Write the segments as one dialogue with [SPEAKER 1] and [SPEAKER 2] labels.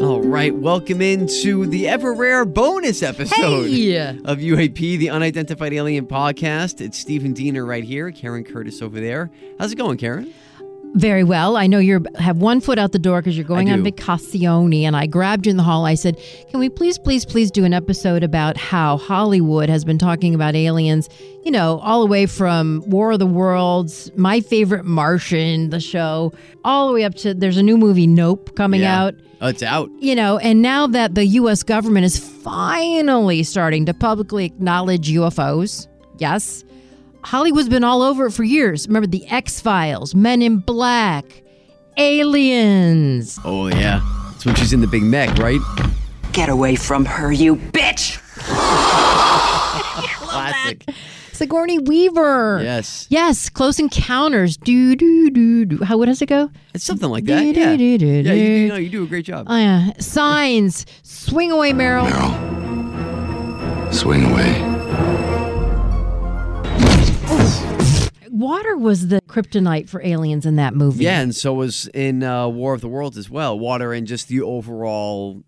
[SPEAKER 1] All right, welcome into the ever rare bonus episode
[SPEAKER 2] Hey!
[SPEAKER 1] of UAP, the Unidentified Alien Podcast. It's Stephen Diener right here, Karen Curtis over there. How's it going, Karen?
[SPEAKER 2] Very well. I know you have one foot out the door because you're going
[SPEAKER 1] I
[SPEAKER 2] on
[SPEAKER 1] do.
[SPEAKER 2] vacazione. And I grabbed you in the hall. I said, Can we please, please, please do an episode about how Hollywood has been talking about aliens, you know, all the way from War of the Worlds, My Favorite Martian, the show, all the way up to there's a new movie, Nope, coming
[SPEAKER 1] Yeah.
[SPEAKER 2] out.
[SPEAKER 1] Oh, it's out.
[SPEAKER 2] You know, and now that the U.S. government is finally starting to publicly acknowledge UFOs, yes, Hollywood's been all over it for years. Remember the X Files, Men in Black, Aliens.
[SPEAKER 1] Oh, yeah. That's when she's in the big mech, right?
[SPEAKER 3] Get away from her, you bitch!
[SPEAKER 1] Classic.
[SPEAKER 2] Sigourney Weaver.
[SPEAKER 1] Yes.
[SPEAKER 2] Yes, Close Encounters. Do, do, do, do. How, what does it go?
[SPEAKER 1] It's something like that.
[SPEAKER 2] Do, do,
[SPEAKER 1] Yeah,
[SPEAKER 2] do, do,
[SPEAKER 1] yeah you, you
[SPEAKER 2] do.
[SPEAKER 1] know, you do a great job.
[SPEAKER 2] Oh, yeah. Signs. Swing Away, Meryl.
[SPEAKER 4] Meryl. Swing away.
[SPEAKER 2] Water was the kryptonite for aliens in that movie.
[SPEAKER 1] Yeah, and so was in uh, War of the Worlds as well. Water and just the overall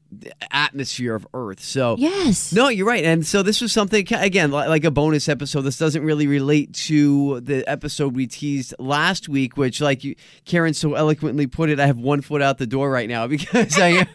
[SPEAKER 1] atmosphere of Earth. So
[SPEAKER 2] Yes.
[SPEAKER 1] No, you're right. And so this was something ki- again, li- like a bonus episode. This doesn't really relate to the episode we teased last week, which, like you, Karen so eloquently put it, I have one foot out the door right now because I am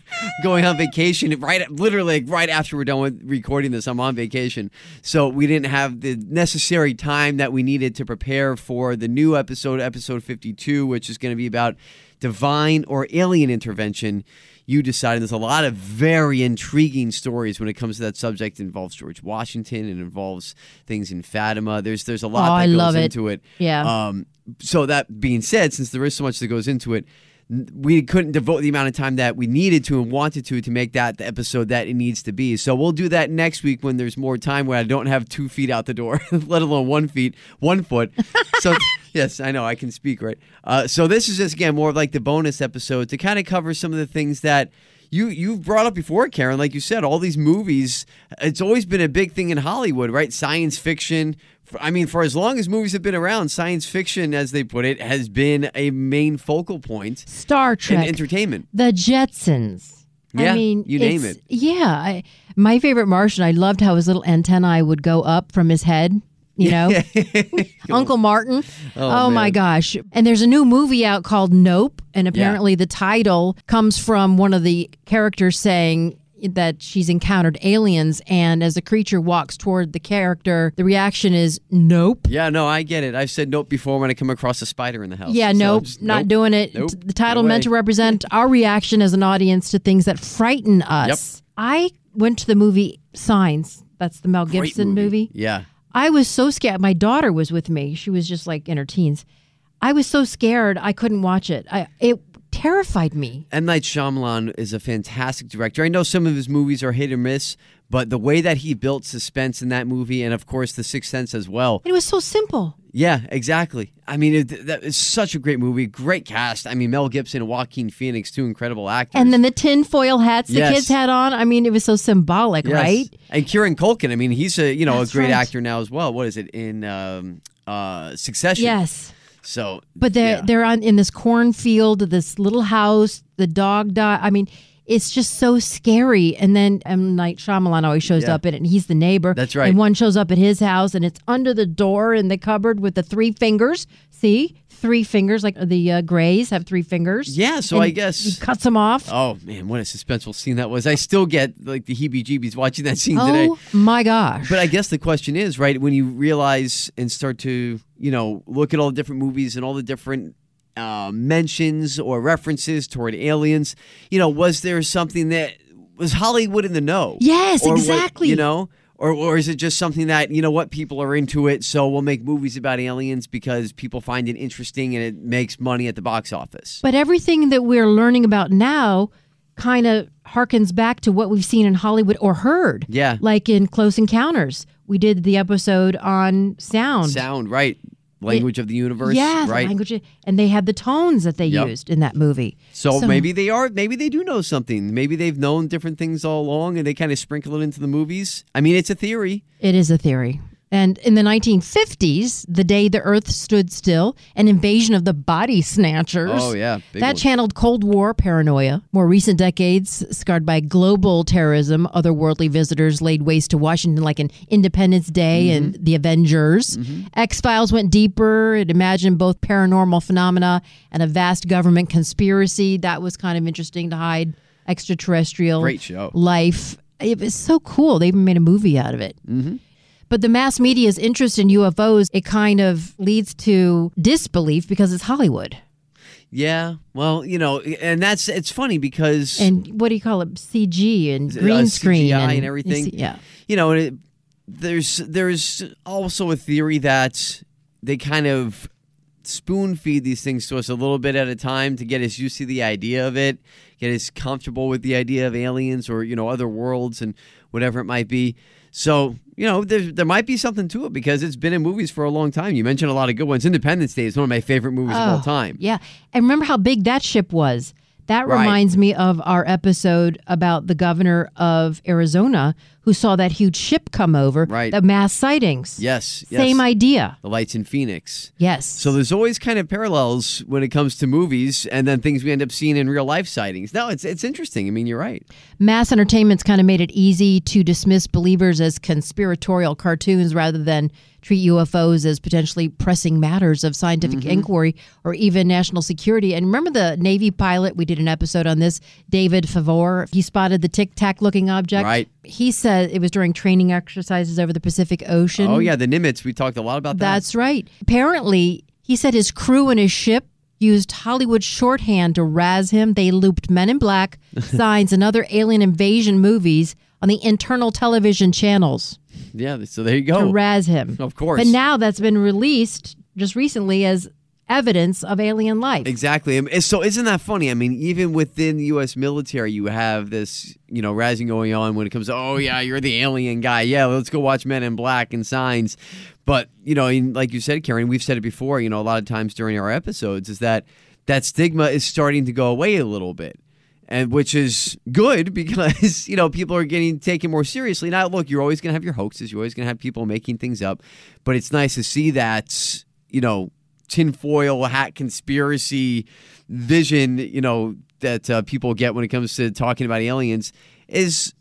[SPEAKER 1] going on vacation. Right, literally, like, right after we're done with recording this, I'm on vacation, so we didn't have the necessary time that we needed to prepare for the new episode, episode 52, which is going to be about divine or alien intervention you decided there's a lot of very intriguing stories when it comes to that subject. It involves George Washington. It involves things in Fatima. There's there's a lot that
[SPEAKER 2] Oh, I
[SPEAKER 1] goes
[SPEAKER 2] love it.
[SPEAKER 1] into it.
[SPEAKER 2] Yeah.
[SPEAKER 1] Um, so that being said, since there is so much that goes into it, n- we couldn't devote the amount of time that we needed to and wanted to to make that the episode that it needs to be. So we'll do that next week when there's more time where I don't have two feet out the door, let alone one feet, one foot. So yes, I know I can speak right. Uh, so this is just again more of like the bonus episode to kind of cover some of the things that you you've brought up before, Karen. Like you said, all these movies. It's always been a big thing in Hollywood, right? Science fiction. F- I mean, for as long as movies have been around, science fiction, as they put it, has been a main focal point
[SPEAKER 2] Star Trek.
[SPEAKER 1] in entertainment.
[SPEAKER 2] The Jetsons.
[SPEAKER 1] Yeah,
[SPEAKER 2] I mean,
[SPEAKER 1] you name
[SPEAKER 2] it's-
[SPEAKER 1] it.
[SPEAKER 2] Yeah, I, my favorite Martian. I loved how his little antennae would go up from his head. You know, Uncle Martin. Oh, my
[SPEAKER 1] man.
[SPEAKER 2] gosh! And there's a new movie out called Nope, and apparently the title comes from one of the characters saying that she's encountered aliens, and as the creature walks toward the character, the reaction is Nope.
[SPEAKER 1] Yeah, no, I get it. I've said nope before when I come across a spider in the house.
[SPEAKER 2] Yeah,
[SPEAKER 1] So
[SPEAKER 2] nope,
[SPEAKER 1] just
[SPEAKER 2] not
[SPEAKER 1] nope,
[SPEAKER 2] doing it.
[SPEAKER 1] nope,
[SPEAKER 2] T- the title
[SPEAKER 1] no
[SPEAKER 2] meant to
[SPEAKER 1] way.
[SPEAKER 2] represent our reaction as an audience to things that frighten us. I went to the movie Signs. That's the Mel
[SPEAKER 1] Great
[SPEAKER 2] Gibson movie.
[SPEAKER 1] Yeah.
[SPEAKER 2] I was so scared. My daughter was with me. She was just like in her teens. I was so scared I couldn't watch it. I it terrified me.
[SPEAKER 1] M. Night Shyamalan is a fantastic director. I know some of his movies are hit or miss, but the way that he built suspense in that movie, and of course The Sixth Sense as well.
[SPEAKER 2] It was so simple.
[SPEAKER 1] Yeah, exactly. I mean, it, that is such a great movie, great cast. I mean, Mel Gibson and Joaquin Phoenix, two incredible actors.
[SPEAKER 2] And then the tinfoil hats the
[SPEAKER 1] Yes.
[SPEAKER 2] kids had on. I mean, it was so symbolic,
[SPEAKER 1] Yes.
[SPEAKER 2] right?
[SPEAKER 1] And Kieran Culkin. I mean, he's a you know
[SPEAKER 2] That's
[SPEAKER 1] a great
[SPEAKER 2] right.
[SPEAKER 1] actor now as well. What is it in um, uh, Succession?
[SPEAKER 2] Yes.
[SPEAKER 1] So,
[SPEAKER 2] But they're
[SPEAKER 1] yeah.
[SPEAKER 2] they're on in this cornfield, this little house. The dog died. I mean, it's just so scary. And then M Night Shyamalan always shows
[SPEAKER 1] Yeah.
[SPEAKER 2] up in it, and he's the neighbor.
[SPEAKER 1] That's right.
[SPEAKER 2] And one shows up at his house, and it's under the door in the cupboard with the three fingers. See, three fingers, like the uh, Greys have three fingers.
[SPEAKER 1] Yeah, so
[SPEAKER 2] And
[SPEAKER 1] I guess-
[SPEAKER 2] he cuts them off.
[SPEAKER 1] Oh man, what a suspenseful scene that was! I still get like the heebie-jeebies watching that scene today.
[SPEAKER 2] Oh my gosh!
[SPEAKER 1] But I guess the question is, right, when you realize and start to, you know, look at all the different movies and all the different uh, mentions or references toward aliens, you know, was there something that was Hollywood in the know?
[SPEAKER 2] Yes,
[SPEAKER 1] Or what-
[SPEAKER 2] exactly.
[SPEAKER 1] you know, Or, or is it just something that, you know what, people are into it, so we'll make movies about aliens because people find it interesting and it makes money at the box office?
[SPEAKER 2] But everything that we're learning about now kind of harkens back to what we've seen in Hollywood or heard.
[SPEAKER 1] Yeah.
[SPEAKER 2] Like in Close Encounters, we did the episode on sound.
[SPEAKER 1] Sound, right. Language of the universe,
[SPEAKER 2] yeah, the
[SPEAKER 1] right?
[SPEAKER 2] language, and they had the tones that they
[SPEAKER 1] Yep.
[SPEAKER 2] used in that movie.
[SPEAKER 1] So, maybe they are, maybe they do know something. Maybe they've known different things all along and they kind of sprinkle it into the movies. I mean, it's a theory.
[SPEAKER 2] It is a theory. And in the 1950s, the day the Earth stood still, an invasion of the body snatchers.
[SPEAKER 1] Oh, yeah, big
[SPEAKER 2] that
[SPEAKER 1] one.
[SPEAKER 2] channeled Cold War paranoia. More recent decades, scarred by global terrorism, otherworldly visitors laid waste to Washington, like in Independence Day
[SPEAKER 1] Mm-hmm.
[SPEAKER 2] and the Avengers. X Files went deeper. It imagined both paranormal phenomena and a vast government conspiracy. That was kind of interesting to hide extraterrestrial
[SPEAKER 1] Great show.
[SPEAKER 2] life. It was so cool. They even made a movie out of it.
[SPEAKER 1] Mm-hmm.
[SPEAKER 2] But the mass media's interest in UFOs, it kind of leads to disbelief because it's Hollywood.
[SPEAKER 1] Yeah. Well, you know, and that's it's funny because
[SPEAKER 2] And what do you call it? CG and
[SPEAKER 1] uh,
[SPEAKER 2] green screen.
[SPEAKER 1] CGI and, everything.
[SPEAKER 2] Yeah.
[SPEAKER 1] You know, and it, there's there's also a theory that they kind of spoon feed these things to us a little bit at a time to get us used to the idea of it, get us comfortable with the idea of aliens or you know other worlds and whatever it might be. So you know there there might be something to it because it's been in movies for a long time. You mentioned a lot of good ones. Independence Day is one of my favorite movies of
[SPEAKER 2] Oh,
[SPEAKER 1] all time.
[SPEAKER 2] Yeah. And remember how big that ship was? That
[SPEAKER 1] Right.
[SPEAKER 2] reminds me of our episode about the governor of Arizona who saw that huge ship come over.
[SPEAKER 1] Right.
[SPEAKER 2] The mass sightings.
[SPEAKER 1] Yes, yes.
[SPEAKER 2] Same idea.
[SPEAKER 1] The lights in Phoenix.
[SPEAKER 2] Yes.
[SPEAKER 1] So there's always kind of parallels when it comes to movies and then things we end up seeing in real life sightings. No, it's it's interesting. I mean, you're right.
[SPEAKER 2] mass entertainment's kind of made it easy to dismiss believers as conspiratorial cartoons rather than treat UFOs as potentially pressing matters of scientific
[SPEAKER 1] Mm-hmm.
[SPEAKER 2] inquiry or even national security. And remember the Navy pilot, we did an episode on this, David Favor, he spotted the tic tac looking object.
[SPEAKER 1] Right.
[SPEAKER 2] He said it was during training exercises over the Pacific Ocean.
[SPEAKER 1] Oh yeah, the Nimitz. We talked a lot about that.
[SPEAKER 2] That's right. Apparently, he said his crew and his ship used Hollywood shorthand to razz him. They looped Men in Black, Signs, and other alien invasion movies on the internal television channels
[SPEAKER 1] yeah. So there you
[SPEAKER 2] to
[SPEAKER 1] go.
[SPEAKER 2] razz him.
[SPEAKER 1] Oh. Of course.
[SPEAKER 2] But now that's been released just recently as evidence of alien life.
[SPEAKER 1] Exactly. Um, and So isn't that funny? I mean, even within the U.S. military, you have this, you know, rising going on when it comes to, oh yeah, you're the alien guy. Yeah, let's go watch Men in Black and Signs. But you know, and like you said, Karen, we've said it before. You know, a lot of times during our episodes, is that that stigma is starting to go away a little bit. and which is good because you know people are getting taken more seriously. Now, look, you're always going to have your hoaxes. You're always going to have people making things up, but it's nice to see that you know tinfoil hat conspiracy vision you know that uh, people get when it comes to talking about aliens is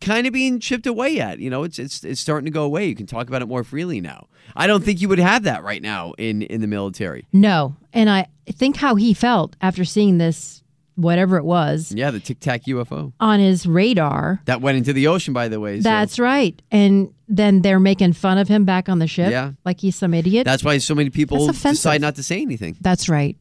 [SPEAKER 1] kind of being chipped away at. You know, it's it's it's starting to go away. You can talk about it more freely now. I don't think you would have that right now in in the military.
[SPEAKER 2] No. And I think how he felt after seeing this, whatever it was,
[SPEAKER 1] Yeah, the Tic Tac UFO
[SPEAKER 2] on his radar.
[SPEAKER 1] that went into the ocean, by the way. so-
[SPEAKER 2] That's right. And then they're making fun of him back on the ship.
[SPEAKER 1] Yeah.
[SPEAKER 2] Like he's some idiot.
[SPEAKER 1] That's why so many people
[SPEAKER 2] That's offensive.
[SPEAKER 1] decide not to say anything.
[SPEAKER 2] That's right.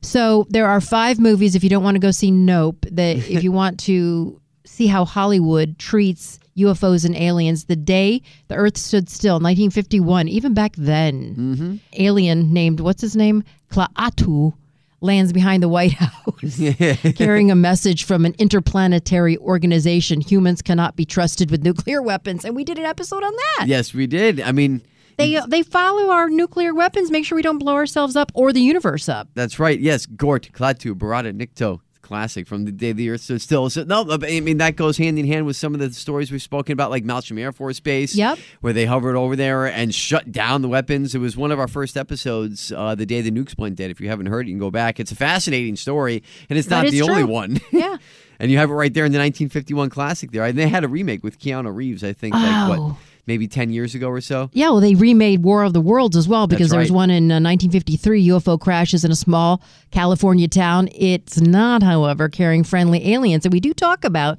[SPEAKER 2] So there are five movies. If you don't want to go see Nope, that if you want to see how Hollywood treats UFOs and aliens, the day the Earth stood still, 1951, even back then, alien named what's his name Klaatu lands behind the White House carrying a message from an interplanetary organization. Humans cannot be trusted with nuclear weapons, and we did an episode on that.
[SPEAKER 1] Yes, we did. I mean,
[SPEAKER 2] They they follow our nuclear weapons, make sure we don't blow ourselves up or the universe up.
[SPEAKER 1] that's right. Yes, Gort, Klaatu, Barada, Nikto. Classic from the day the earth stood still. So, no, but I mean, that goes hand in hand with some of the stories we've spoken about, like Malcolm Air Force Base,
[SPEAKER 2] Yep.
[SPEAKER 1] where they hovered over there and shut down the weapons. It was one of our first episodes, uh, The Day the Nukes Went Dead. If you haven't heard it, you can go back. It's a fascinating story, and it's
[SPEAKER 2] That
[SPEAKER 1] not
[SPEAKER 2] is
[SPEAKER 1] the only
[SPEAKER 2] true.
[SPEAKER 1] one.
[SPEAKER 2] Yeah.
[SPEAKER 1] And you have it right there in the 1951 classic there. And they had a remake with Keanu Reeves, I think, like what,
[SPEAKER 2] Oh.
[SPEAKER 1] maybe 10 years ago or so.
[SPEAKER 2] Yeah, well, they remade War of the Worlds as well
[SPEAKER 1] That's
[SPEAKER 2] because there was
[SPEAKER 1] right.
[SPEAKER 2] one in uh, 1953. UFO crashes in a small California town. It's not, however, carrying friendly aliens. And we do talk about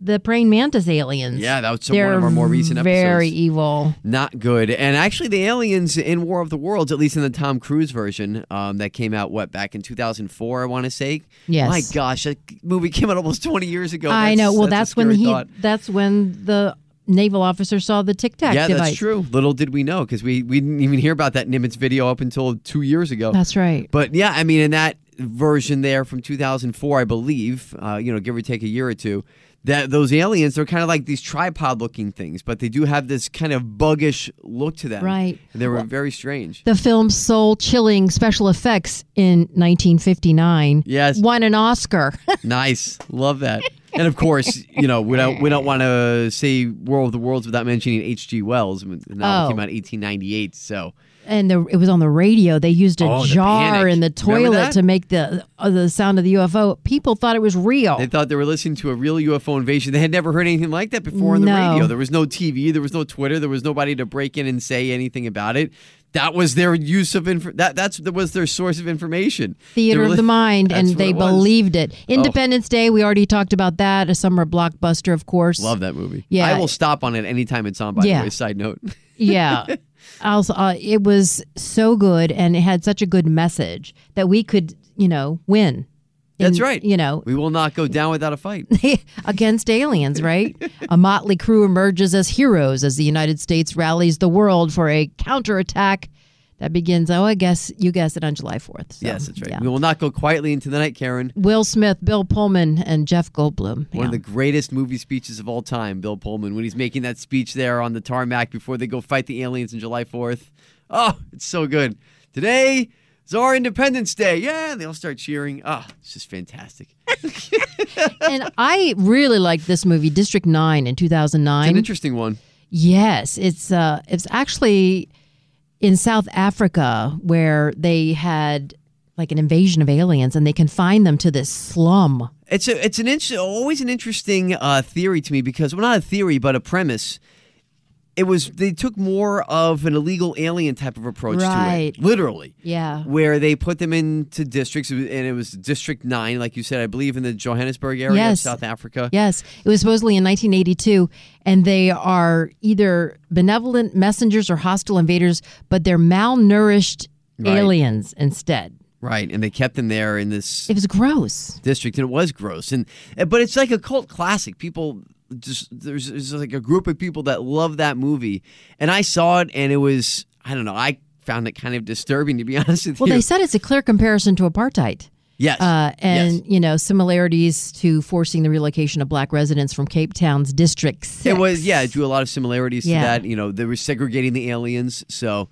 [SPEAKER 2] the praying mantis aliens.
[SPEAKER 1] Yeah, that was one
[SPEAKER 2] They're
[SPEAKER 1] of our more recent
[SPEAKER 2] Very
[SPEAKER 1] episodes.
[SPEAKER 2] evil.
[SPEAKER 1] Not good. And actually, the aliens in War of the Worlds, at least in the Tom Cruise version um, that came out, what, back in 2004, I want to say?
[SPEAKER 2] Yes.
[SPEAKER 1] My gosh, that movie came out almost 20 years ago.
[SPEAKER 2] I
[SPEAKER 1] That's-
[SPEAKER 2] know. Well,
[SPEAKER 1] a
[SPEAKER 2] that's, when
[SPEAKER 1] scary
[SPEAKER 2] he.
[SPEAKER 1] thought.
[SPEAKER 2] That's when the naval officer saw the Tic Tac
[SPEAKER 1] yeah,
[SPEAKER 2] device.
[SPEAKER 1] that's true. Little did we know because we, we didn't even hear about that Nimitz video up until two years ago.
[SPEAKER 2] That's right.
[SPEAKER 1] But yeah, I mean, in that version there from 2004, I believe, uh, you know, give or take a year or two, that those aliens are kind of like these tripod looking things, but they do have this kind of buggish look to them.
[SPEAKER 2] Right.
[SPEAKER 1] And they were very strange.
[SPEAKER 2] The film soul chilling special effects in 1959
[SPEAKER 1] Yes.
[SPEAKER 2] won an Oscar.
[SPEAKER 1] nice. Love that. And of course, you know, we don't we don't want to say War of the Worlds without mentioning H.G. Wells. And that
[SPEAKER 2] Oh.
[SPEAKER 1] novel came out in 1898, so
[SPEAKER 2] and the, it was on the radio. They used a
[SPEAKER 1] Oh, the
[SPEAKER 2] jar
[SPEAKER 1] panic.
[SPEAKER 2] in
[SPEAKER 1] Remember
[SPEAKER 2] the toilet
[SPEAKER 1] that?
[SPEAKER 2] to make the uh, the sound of the UFO. People thought it was real.
[SPEAKER 1] They thought they were listening to a real UFO invasion. They had never heard anything like that before on the
[SPEAKER 2] No.
[SPEAKER 1] radio. There was no TV, there was no Twitter, there was nobody to break in and say anything about it. That was their use of inf- that. That's that was their source of information.
[SPEAKER 2] Theater
[SPEAKER 1] They were
[SPEAKER 2] of the
[SPEAKER 1] li-
[SPEAKER 2] mind,
[SPEAKER 1] That's
[SPEAKER 2] and
[SPEAKER 1] what
[SPEAKER 2] they
[SPEAKER 1] it was. Oh.
[SPEAKER 2] believed it. Independence Day, we already talked about that. A summer blockbuster, of course.
[SPEAKER 1] Love that movie.
[SPEAKER 2] Yeah.
[SPEAKER 1] I will stop on it anytime it's on. By
[SPEAKER 2] Yeah.
[SPEAKER 1] the way, side note.
[SPEAKER 2] yeah. Also, uh, it was so good, and it had such a good message that we could, you know, win.
[SPEAKER 1] That's
[SPEAKER 2] in-
[SPEAKER 1] right.
[SPEAKER 2] You know,
[SPEAKER 1] we will not go down without a fight.
[SPEAKER 2] against aliens, right? a motley crew emerges as heroes as the United States rallies the world for a counterattack that begins, oh, I guess you guessed it on July 4th. So,
[SPEAKER 1] yes, that's right.
[SPEAKER 2] yeah.
[SPEAKER 1] We will not go quietly into the night, Karen.
[SPEAKER 2] Will Smith, Bill Pullman, and Jeff
[SPEAKER 1] One
[SPEAKER 2] Goldblum.
[SPEAKER 1] of
[SPEAKER 2] Yeah.
[SPEAKER 1] the greatest movie speeches of all time, Bill Pullman, when he's making that speech there on the tarmac before they go fight the aliens on July 4th. Oh, it's so good. Today is our Independence Day. Yeah, and they all start cheering. Oh, it's just fantastic. It's
[SPEAKER 2] and I really liked this movie, District 9 in 2009.
[SPEAKER 1] an interesting one.
[SPEAKER 2] Yes, it's uh, it's actually in South Africa where they had like an invasion of aliens and they confined them to this slum.
[SPEAKER 1] It's a, it's an inter- always an interesting uh, theory to me because well, not a theory but a premise. It was they took more of an illegal alien type of approach
[SPEAKER 2] Right.
[SPEAKER 1] to it, literally.
[SPEAKER 2] Yeah.
[SPEAKER 1] where they put them into districts, and it was District Nine, like you said, I believe in the Johannesburg area
[SPEAKER 2] Yes.
[SPEAKER 1] of South Africa.
[SPEAKER 2] Yes, it was supposedly in 1982, and they are either benevolent messengers or hostile invaders, but they're malnourished
[SPEAKER 1] Right.
[SPEAKER 2] aliens instead.
[SPEAKER 1] Right, and they kept them there in this
[SPEAKER 2] It was gross.
[SPEAKER 1] district, and it was gross. And eh, but it's like a cult classic. People just there's, there's like a group of people that love that movie, and I saw it, and it was I don't know, I found it kind of disturbing to be honest with
[SPEAKER 2] Well,
[SPEAKER 1] you.
[SPEAKER 2] they said it's a clear comparison to apartheid.
[SPEAKER 1] yes,
[SPEAKER 2] Uh, and
[SPEAKER 1] Yes.
[SPEAKER 2] you know similarities to forcing the relocation of black residents from Cape Town's District Six.
[SPEAKER 1] It was, yeah, it drew a lot of similarities
[SPEAKER 2] Yeah.
[SPEAKER 1] to that. You know, they were segregating the aliens. So,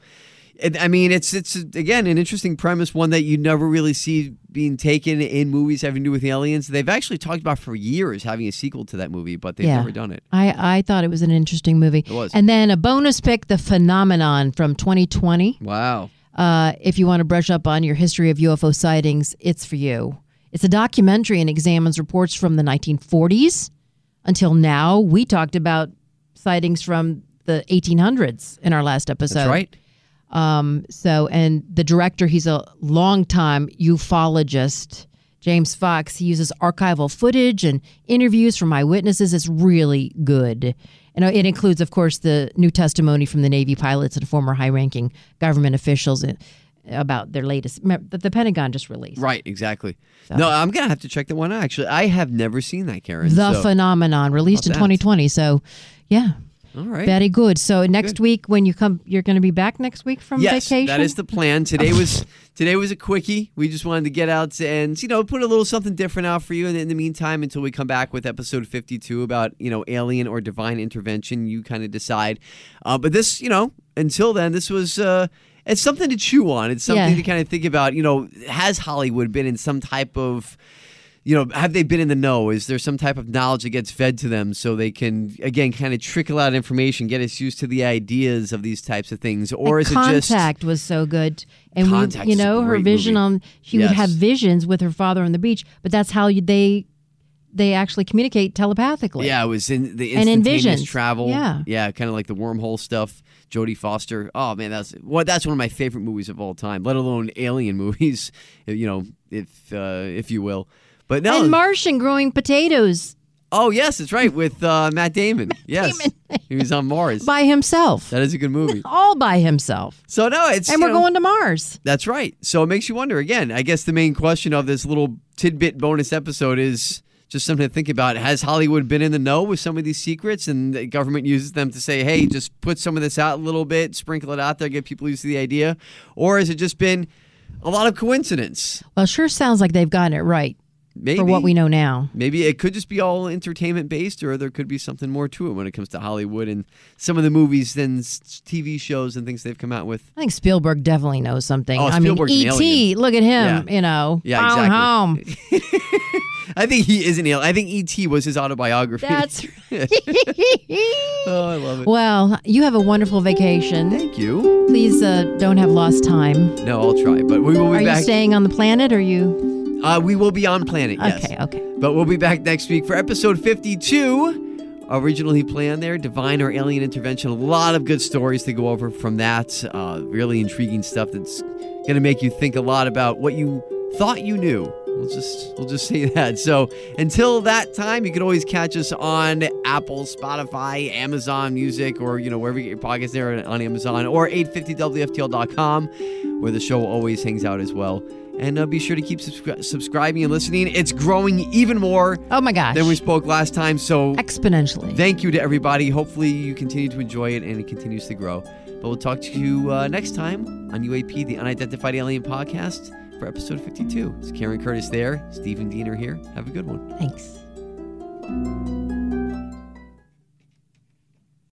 [SPEAKER 1] it, I mean, it's it's again an interesting premise, one that you never really see being taken in movies having to do with aliens. They've actually talked about for years having a sequel to that movie, but they've
[SPEAKER 2] Yeah.
[SPEAKER 1] never done it.
[SPEAKER 2] I, I thought it was an interesting movie. It
[SPEAKER 1] was.
[SPEAKER 2] And then a bonus pick, The Phenomenon from 2020.
[SPEAKER 1] Wow.
[SPEAKER 2] Uh, if you want to brush up on your history of UFO sightings, it's for you. It's a documentary and examines reports from the 1940s until now. We talked about sightings from the 1800s in our last episode.
[SPEAKER 1] That's right.
[SPEAKER 2] Um, so, and the director, he's a longtime ufologist, James Fox. He uses archival footage and interviews from eyewitnesses. It's really good. And uh, it includes, of course, the new testimony from the Navy pilots and former high ranking government officials about their latest, that the Pentagon just released.
[SPEAKER 1] Right, exactly. No, I'm going to have to check that one out, actually. I have never seen that, Karen.
[SPEAKER 2] The
[SPEAKER 1] so-
[SPEAKER 2] phenomenon released in
[SPEAKER 1] that?
[SPEAKER 2] 2020. So, yeah,
[SPEAKER 1] All right.
[SPEAKER 2] very good. So next week, when you come, you're going to be back next week from
[SPEAKER 1] yes,
[SPEAKER 2] vacation.
[SPEAKER 1] that is the plan. Today was today was a quickie. We just wanted to get out and you know put a little something different out for you. And in the meantime, until we come back with episode fifty two about you know alien or divine intervention, you kind of decide. Uh, but this, you know, until then, this was. Uh, it's something to chew on. It's something
[SPEAKER 2] Yeah.
[SPEAKER 1] to kind of think about. You know, has Hollywood been in some type of you know, have they been in the know? Is there some type of knowledge that gets fed to them so they can, again, kind of trickle out information, get us used to the ideas of these types of things? Or
[SPEAKER 2] And
[SPEAKER 1] is it just.
[SPEAKER 2] contact was so good and
[SPEAKER 1] Contact
[SPEAKER 2] we, you
[SPEAKER 1] is a
[SPEAKER 2] know her
[SPEAKER 1] great
[SPEAKER 2] vision
[SPEAKER 1] movie.
[SPEAKER 2] on she would
[SPEAKER 1] Yes.
[SPEAKER 2] have visions with her father on the beach but that's how you, they they actually communicate telepathically
[SPEAKER 1] Yeah, it was in the
[SPEAKER 2] And
[SPEAKER 1] instantaneous
[SPEAKER 2] envisions.
[SPEAKER 1] travel.
[SPEAKER 2] Yeah.
[SPEAKER 1] yeah, kind of like the wormhole stuff. Jodie Foster. Oh man, that's what that's one of my favorite movies of all time. Let alone alien movies, you know, if uh, if you will. But no,
[SPEAKER 2] and martian growing potatoes
[SPEAKER 1] oh yes, that's right with uh, Matt Damon. yes, he was on Mars.
[SPEAKER 2] by himself
[SPEAKER 1] That is a good movie.
[SPEAKER 2] all by himself
[SPEAKER 1] So no, it's
[SPEAKER 2] and
[SPEAKER 1] you
[SPEAKER 2] we're
[SPEAKER 1] know-
[SPEAKER 2] going to mars
[SPEAKER 1] That's right. So it makes you wonder again. I guess the main question of this little tidbit bonus episode is just something to think about. Has Hollywood been in the know with some of these secrets, and the government uses them to say, "Hey, just put some of this out a little bit, sprinkle it out there, get people used to the idea," or has it just been a lot of coincidence?
[SPEAKER 2] Well, sure sounds like they've gotten it right
[SPEAKER 1] Maybe
[SPEAKER 2] for what we know now.
[SPEAKER 1] Maybe it could just be all entertainment based, or there could be something more to it when it comes to Hollywood and some of the movies and s- TV shows and things they've come out with.
[SPEAKER 2] I think Spielberg definitely knows something.
[SPEAKER 1] Oh,
[SPEAKER 2] I mean,
[SPEAKER 1] Spielberg's an
[SPEAKER 2] E.T.
[SPEAKER 1] alien.
[SPEAKER 2] Look at him,
[SPEAKER 1] Yeah.
[SPEAKER 2] you know.
[SPEAKER 1] Yeah,
[SPEAKER 2] Phone
[SPEAKER 1] exactly.
[SPEAKER 2] home.
[SPEAKER 1] I think he is an alien. I think E.T. was his autobiography.
[SPEAKER 2] That's right.
[SPEAKER 1] oh, I love it.
[SPEAKER 2] well, you have a wonderful vacation.
[SPEAKER 1] Thank you.
[SPEAKER 2] Please uh, don't have lost time.
[SPEAKER 1] No, I'll try, but we will be
[SPEAKER 2] Are you
[SPEAKER 1] back.
[SPEAKER 2] staying on the planet? Or are you?
[SPEAKER 1] uh, we will be on planet. Yes.
[SPEAKER 2] Okay, okay.
[SPEAKER 1] But we'll be back next week for episode 52. Originally planned there, Divine or Alien Intervention. A lot of good stories to go over from that. Uh, really intriguing stuff that's going to make you think a lot about what you thought you knew. We'll just we'll just say that. So until that time, you can always catch us on Apple, Spotify, Amazon Music, or you know wherever you get your podcasts there on Amazon or 850wftl.com, where the show always hangs out as well. And uh, be sure to keep subscri- subscribing and listening. It's growing even more
[SPEAKER 2] Oh my gosh.
[SPEAKER 1] than we spoke last time. So
[SPEAKER 2] Exponentially.
[SPEAKER 1] thank you to everybody. Hopefully you continue to enjoy it and it continues to grow. But we'll talk to you uh, next time on UAP, the Unidentified Alien Podcast, for episode 52. It's Karen Curtis there, Stephen Diener here. Have a good one.
[SPEAKER 2] Thanks.